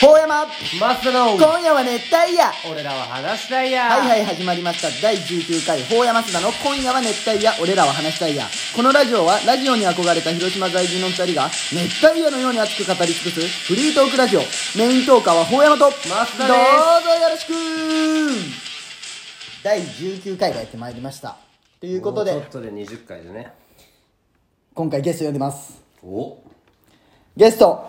ほうやまマスの今夜は熱帯夜は俺らは話したいやいはい始まりました第19回ほうやますだの今夜は熱帯夜俺らは話したいやこのラジオはラジオに憧れた広島在住の2人が熱帯夜のように熱く語り尽くすフリートークラジオメイントーカーはほうやまとマスダどでうぞよろしく第19回がやってまいりましたといとうことちょでっとで20回でね今回ゲスト呼んでますおゲスト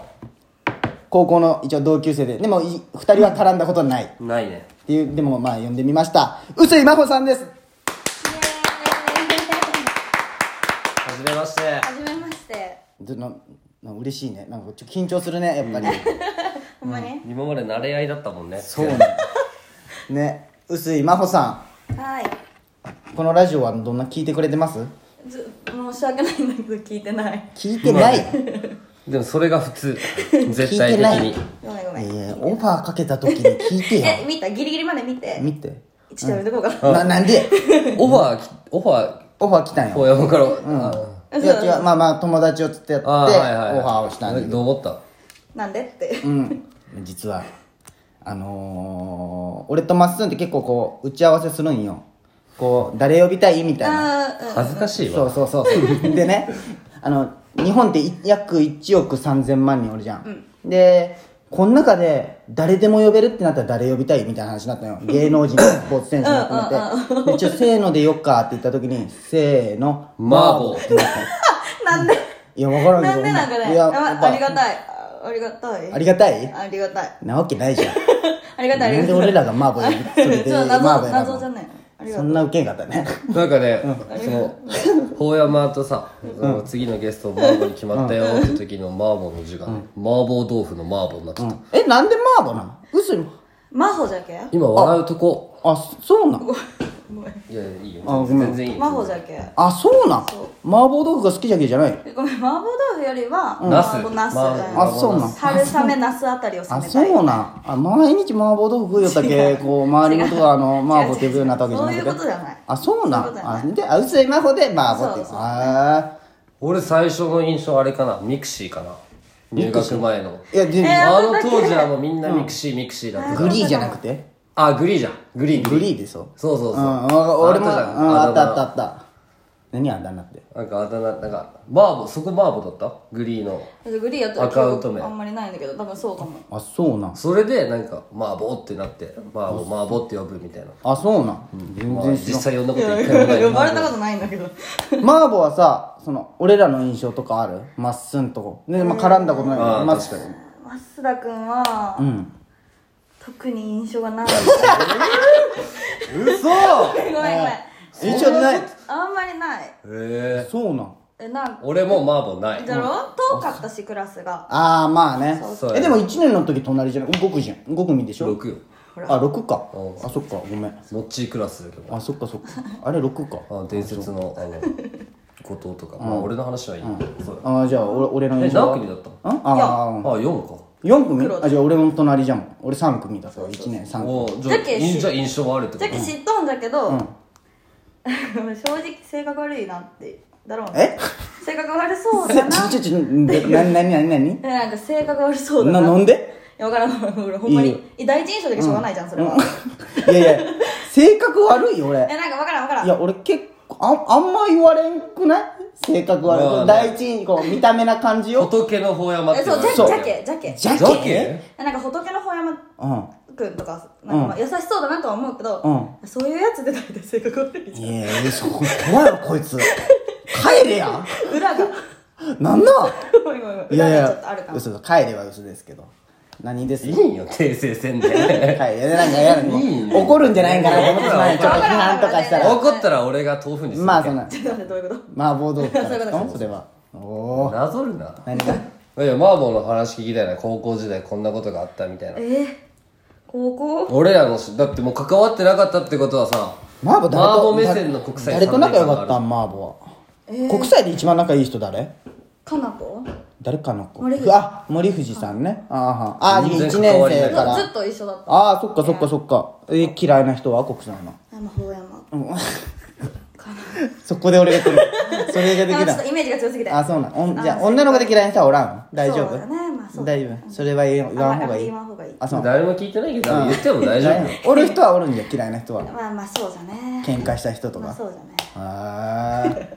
高校の一応同級生ででも2人は絡んだことはない、ないねっていうでもまあ呼んでみました臼井真帆さんですはじめましてはじめまして。ずなな嬉しいねなんかちょっと緊張するねやっぱり、ほんまに。今まで慣れ合いだったもんねそうねね臼井真帆さはい。んこのラジオはどんな聞いてくれてますず、申し訳ないんだけど、聞いてない。聞いてない、でもそれが 普通絶聞い対て的ないにごめん、ごめえん。ーオファーかけた時に聞いてよえ、見た、ギリギリまで見て。見てちょっとやめとこうかなな。なんでオファーきオファオファー来たんーよ大山から、そういや違うまあまあ友達をつってやってオフああはいはい、はい、ァーをしたんだけどどう思った なんでって。うん実はあのー、俺とまっすんって結構こう打ち合わせするんよこう誰呼びたいみたいなあー、恥ずかしいそわうそうそうそうで ねあの日本ってい約1億3000万人おるじゃん、でこの中で誰でも呼べるってなったら誰呼びたいみたいな話になったのよ芸能人スポーツ選手も含めてでちょせーのでよっかって言った時にせーの麻婆ってなったのうん。なんで。いや分からんけなどんでなんかね。いやあやっぱありがたい。あありがたい。ありがたいありがたい。 なわけないじゃんありがたい。あなりんでがたい俺らが麻婆呼びそれで そう麻謎婆選ぶ謎じゃない。ありがそとう。んなウケんかったねなんかね、その大山とさ、その次のゲスト麻婆に決まったよって時の麻婆の字が、ね麻婆豆腐の麻婆になってた、えなんで麻婆なの嘘に真帆じゃけ。今笑うとこあそうなの ごめん。いやいやいいよあごめん全然いいよ真帆じゃけ。あそうなん麻そう婆豆腐が好きじゃけじゃないごめん、麻婆豆腐よりは。ナス麻婆ナス。あそうなん春雨ナスあたりを攻あめそたい。うなんあ毎日麻婆豆腐食うよったけこう周りの人があの麻婆って呼ぶようになったわけじゃないそういうことじゃないあそうなそういうことじゃんなあであ薄い麻婆で麻婆ってそうそうあ俺最初の印象あれかなミクシーかな入学前のーいやでえーあの当時はもうみんなミクシーミクシーだったグリーじゃなくてあグリーじゃんグリーグリーでそうそうそううそんうわ俺もうんたじゃんあったあったああった何あんだなってだ名なんかあだ名なんか麻婆そこ麻婆だったグリーのグリーやったアカウント名あんまりないんだけど多分そうかもあそうなんそれでなんか麻婆ってなって麻婆麻婆って呼ぶみたいなあそうなん全まあ然知らん実際呼んだいことや一回もない呼ばれたことないんだけどマーボはさその俺らの印象とかあるまっすんとこで、まあ、絡んだことないあーまあ確かに増田君は、うん特に印象が ない嘘ごめんごめん印象ないあんまりないへえそうなんえなんか俺も麻婆ないだろ、遠かったしクラスがああまあねそうそうえでも1年の時隣じゃない5組じゃん5組でしょ6よあ6かうあそっかごめんモッチークラスだけどあそっかそっかあれ6かあ伝説のあの後藤とかまあ俺の話はいいそうだああじゃあ俺俺のえ印象何は組だったのああーあ四か4組黒あじゃあ俺の隣じゃん俺3組だから1年3組おーじゃあじゃけ印じゃあ印象はあるってじこゃけ知っとんだけど、 正直性格悪いなってだろうえね性格悪そうだ なちょちょちょでなになになになにえなんか性格悪そうだなななんいでや分からん 俺ほんまにいいよえ第一印象だけしょうがないじゃん、それ は、 いやいや性格悪いよ俺えなんか分からん分からんいや俺結構ああんま言われんくない性格悪い、まあね第一にこう見た目な感じとを仏の方山ってえそうじゃそうじゃけじゃけじゃけジャケえなんか仏のほ山うんくんとかなんかまあ優しそうだなとは思うけど、うそういうやつで大体性格悪いじいやいやそこ怖いわこいつ帰れやゃん 裏がなんだごめんごめんごめんいやい裏がちょっとあるやかも嘘だ帰れは嘘ですけど何ですい帰いよ訂正せん でれいやなんか嫌ないいね怒るんじゃないんかなと思ってしまうよちょっと批判とかしたら怒ったら俺が豆腐にするまあそんなちょっと待ってどういうこと麻婆豆腐からそういうことうんそれはおおーなぞるな何がいや麻婆の話聞きたいな高校時代こんなことがあったみたいな えー、高校俺らのしだってもう関わってなかったってことはさ麻婆誰と麻婆目線の国際誰と仲良かった参ん麻婆は国際で一番仲いい人誰かなと誰かの子森藤あ森藤さんねあーはあー全然1年生だかずらっと一緒だったああそっかそっかそっかえ嫌いな人は国さんの山ほう山 そこで俺が来るそれがでちょきっとなイメージが強すぎてあそうなんおんじゃあ女の子で嫌いな人はおらん大丈そう夫だねまあそう大丈夫それは言あわん方んまがりいい言わん方がいいあそう誰も聞いてないけど、言っても大丈 夫よ夫おる人はおるんじゃ嫌いな人はまあまあそうだね喧嘩した人とまあかそうだねあー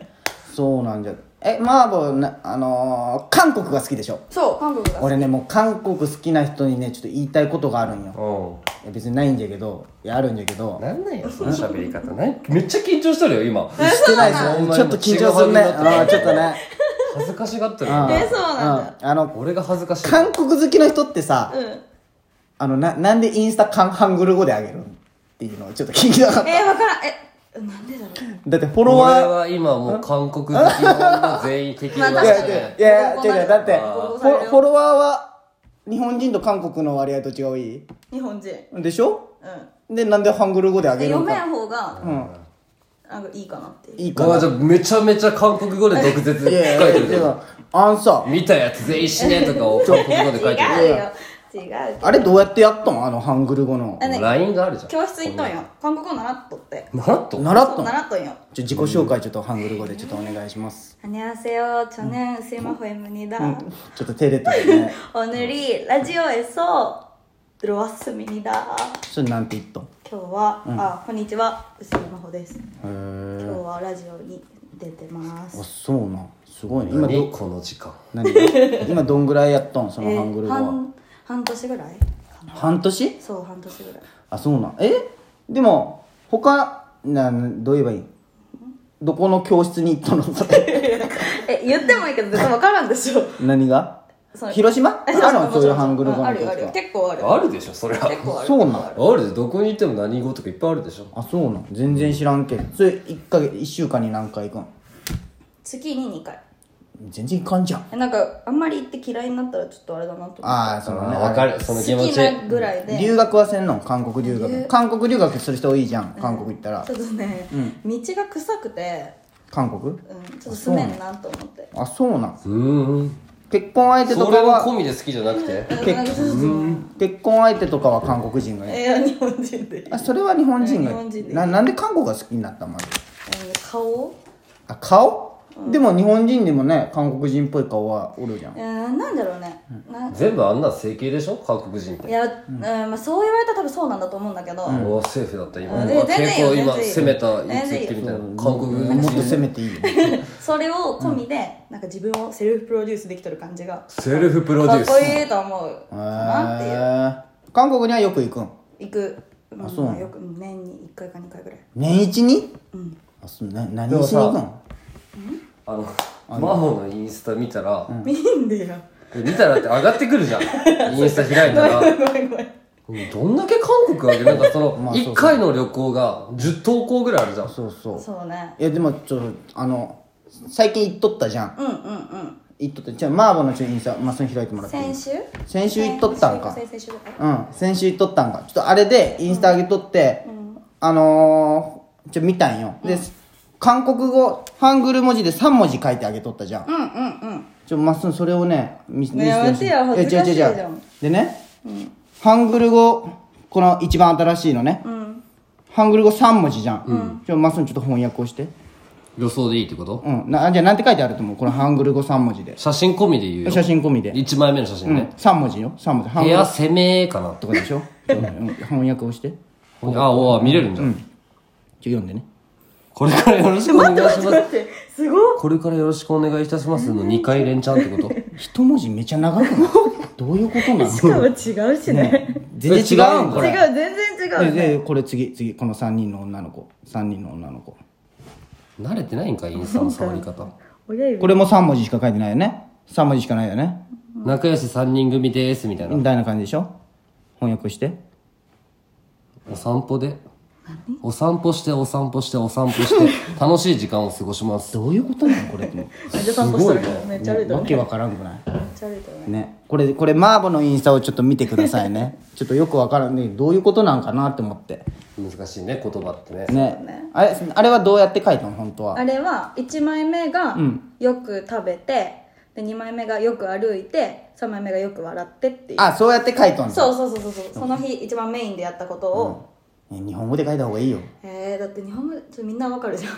そうなんじゃえマーボーなあのー韓国が好きでしょそう韓国が俺ねもう韓国好きな人にねちょっと言いたいことがあるんよういや別にないんじゃけどいやあるんじゃけどんなんなんよその喋り方なんめっちゃ緊張しとるよ 今してないでそうなんだすよちょっと緊張するね違う反応だったうんちょっとね恥ずかしがってるうんえそうなんだうんあの俺が恥ずかしい韓国好きの人ってさうんあのななんでインスタ韓ハングル語であげるっていうのをちょっと聞きたかったえー、わからんえなんでだろうだってフォ俺ロワーは今もう韓国好きの女全員敵に回まいやあし確いてかねやいやボコボコ違う違うだってボコボフコされるォよフォロワーは日本人と韓国の割合と違うい日本人うんいでしょでなんでハングル語であげでる読んめかん方がうんなんかいいかなっていういいかわなあじゃあめちゃめちゃ韓国語で毒舌書いいやいやていやるでよもあんさ見たやつ全員死ねとかを韓国語で書いて違るうよよ違うあれどうやってやったんあのハングル語のあね LINE があるじゃん教室行ったんよ韓国語習っとってなんと習っそたうん習っとんよちょ自己紹介ちょっとハングル語でちょっとお願いします 안녕하세요저는스마호입니다 ちょっと照れてるね 오늘이라디오에서들어왔습니다 それなんて言ったん今日は、あこんにちはスマホでへすー今日はラジオに出てまあすそうなんすごいね今何どこの時間何 今どんぐらいやったんそのハングル語は半半年ぐらい半年そう半年ぐらいあそうなんえでも他なんどう言えばいいどこの教室に行ったの それえ言ってもいいけど別に分からんでしょ何がそう広島あえるのそういうハングル語あのる教よ室あるよは結構あるあるでしょそりゃ結構あるそうなんあるでどこに行っても何語とかいっぱいあるでしょあそうなん全然知らんけどそれ1か月一週間に何回行くん月に2回全然行かんじゃんえなんかあんまり行って嫌いになったらちょっとあれだなと思ああそあのねわかるその好気持きちなぐらいで留学はせんの韓国留学留韓国留学する人多いじゃん韓国行ったらちょっとね、道が臭くて、韓国うん、ちょっと住めんなと思ってあそうなんうーん結婚相手とそかれもは込みで好きじゃなくてうんなんかちょっと結婚相手とかは韓国人がいいえー日本人で、あそれは日本人がい日本人でいななんで韓国が好きになったまずうん顔あ顔、でも日本人でもね韓国人っぽい顔はおるじゃんうんなんだろうね、な全部あんな整形でしょ韓国人っていや、うんまあ、そう言われたら多分そうなんだと思うんだけど、うわセーフだった今うんうわ全然いい結よ構今全然いいよ攻めた全然いいよ一撃みたいな韓国もっと人攻めていいよねそれを込みで、なんか自分をセルフプロデュースできてる感じがセルフプロデかューっスこいいと思うか なっていうへー韓国にはよく行くん行く、うんあそうなのまあよくうん年に1回か2回ぐらい年一にうんあそな何しに行くでんもあのマホのインスタ見たら見んでよえ見たらって上がってくる じゃんインスタ開いたらごめんごめんどんだけ韓国あげなんかそまのあそうそう1回の旅行が10投稿ぐらいあるじゃんそうそうそうねいやでもちょっとあの最近行っとったじゃんうんうんうん行っとったじゃあマーボーのちょっとインスタ、まあ、それ開いてもらっていい先週先週行っとったんか先々週とかうん、先週撮ったんか。ちょっとあれでインスタ上げとって、あのー、ちょ、見たんよ。で、韓国語、ハングル文字で3文字書いてあげとったじゃん。うんうんうんちょ、まっすぐそれをね、見見せねてやほめしい。てよ恥ずかしいじゃんえ違う違う違うでね、ハングル語、この一番新しいのね、ハングル語3文字じゃん。ちょ、まっすぐちょっと翻訳をして。予想でいいってことうん。な、あじゃあなんて書いてあると思うこのハングル語3文字で。写真込みで言うよ写真込みで。 1枚目の写真うん。ね3文字よ。3文字。ハン部グル屋語攻めかなととかでしょ、うん、翻訳をして。あおー見れるんじゃんちょ、読んでね。これからよろしくお願いします待ってすごいこれからよろしくお願いいたしますの2回連チャンってこと一文字めちゃ長くないどういうことなしかのも違うしね全然違うんこ違うれ全然違うねででこれ次次この3人の女の子3人の女の子慣れてないんかインスタの触り方親指これも3文字しか書いてないよね3文字しかないよね仲良し3人組ですみたいなみたいな感じでしょ翻訳してお散歩でお散歩してお散歩してお散歩して楽しい時間を過ごしますどういうことなのこれってもめっちゃ散歩してるすごいめっちゃ歩いてるわけわからんくないめっちゃ歩いてるねねこれこれマーボのインスタをちょっと見てくださいねちょっとよくわからんねどういうことなんかなって思って難しいね言葉ってねねあれあれはどうやって書いたの本当はあれは1枚目がよく食べて、で2枚目がよく歩いて3枚目がよく笑ってっていうあそうやって書いたんだそうそうそうそうそうその日一番メインでやったことを、ね日本語で書いた方がいいよえー、だって日本語ちょっとみんなわかるじゃん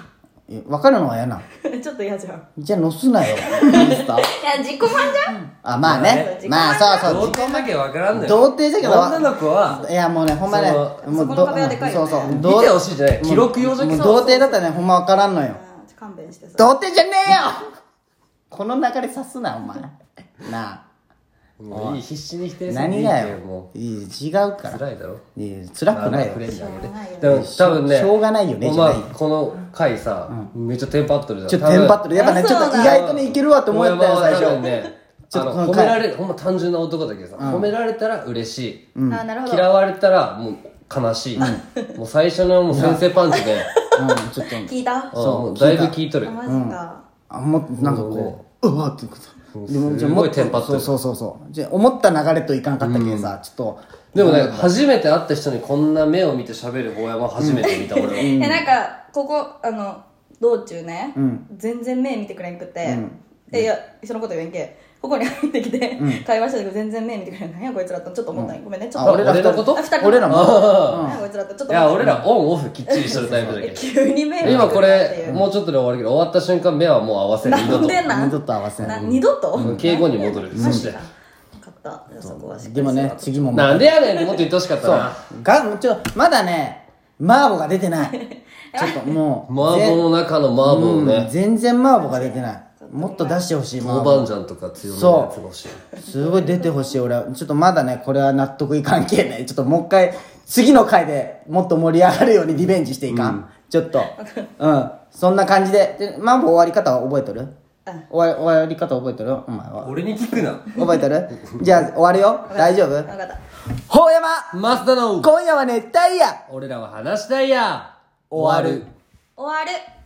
え分かるのは嫌なちょっと嫌じゃんいじゃあ載すなよインスタや自己満じゃんあまあねまあそうそう童貞だけわからんのよ童貞だけど女の子はいやもうねほんまねそもうそこのど壁はでかいそようねそう見童てほしいじゃない記録用じゃもけう童貞だったらねほんま分からんのよあー勘弁してさ童貞じゃねえよこの流れさすなお前なもういい必死に否定あする何がいいけもよいい違うかうら辛いだろいや辛くないよフレンジあしょうがないげよてでも多分ねしょうがないよねおじゃ前ないよこの回さめっちゃテンパっとるじゃんちょっとテンパってるやっぱねあちょっとそうだ意外とねいけるわと思ったよ最大山は多初分ねちょあっとのこの褒回められるほんま単純な男だけどさ褒められたら嬉しいあーなるほど嫌われたらもう悲しいもう最初のもう先生パンチでうんちょっと聞いたうんもうだいぶ聞いとるあマジかあもっとなんかこううわってくるうんでもじゃあすもごっいとテンパってそうるそうそうそうじゃあ思った流れといかんかったけんさちょっとでもね初めて会った人にこんな目を見て喋る坊やは初めて見た俺はえなんかここあの道中ね、全然目見てくれんくて、えいやそのこと言えんけここに入ってきて、会話してたけど全然目見てくれん何やこいつらとちょっと思ったんよごめんねちょっあと俺ら二人俺のことあ二人俺らも何やこいつらとちょいっとや思っ俺らオンオフきっちりしてるタイプだたけえ急に目見どてくれん今ってこいれうもうちょっとで終わるけど終わった瞬間目はもう合わせる二なん度とでなん二度と合わせんな二度と、敬語に戻るそして分かったそこはしっかりでもね次もなんでやねんってもっと言ってほしかったながちょっとまだねマーボが出てない ちょっともう麻婆の中の麻婆を全ね全然マーボが出てないもっと出してほしいマ豆ーボ板醤とか強めのやつが欲しいすごい出てほしい俺はちょっとまだねこれは納得いかんけんねちょっともう一回次の回でもっと盛り上がるようにリベンジしていかん、ちょっとうんそんな感じででマーボ終わり方は覚えとるうん終わり終わり方覚えとるお前は俺に聞くな覚えとるじゃあ終わるよ大丈夫分かったほうやまマスターの今夜は熱帯夜俺らは話したいや終わる終わる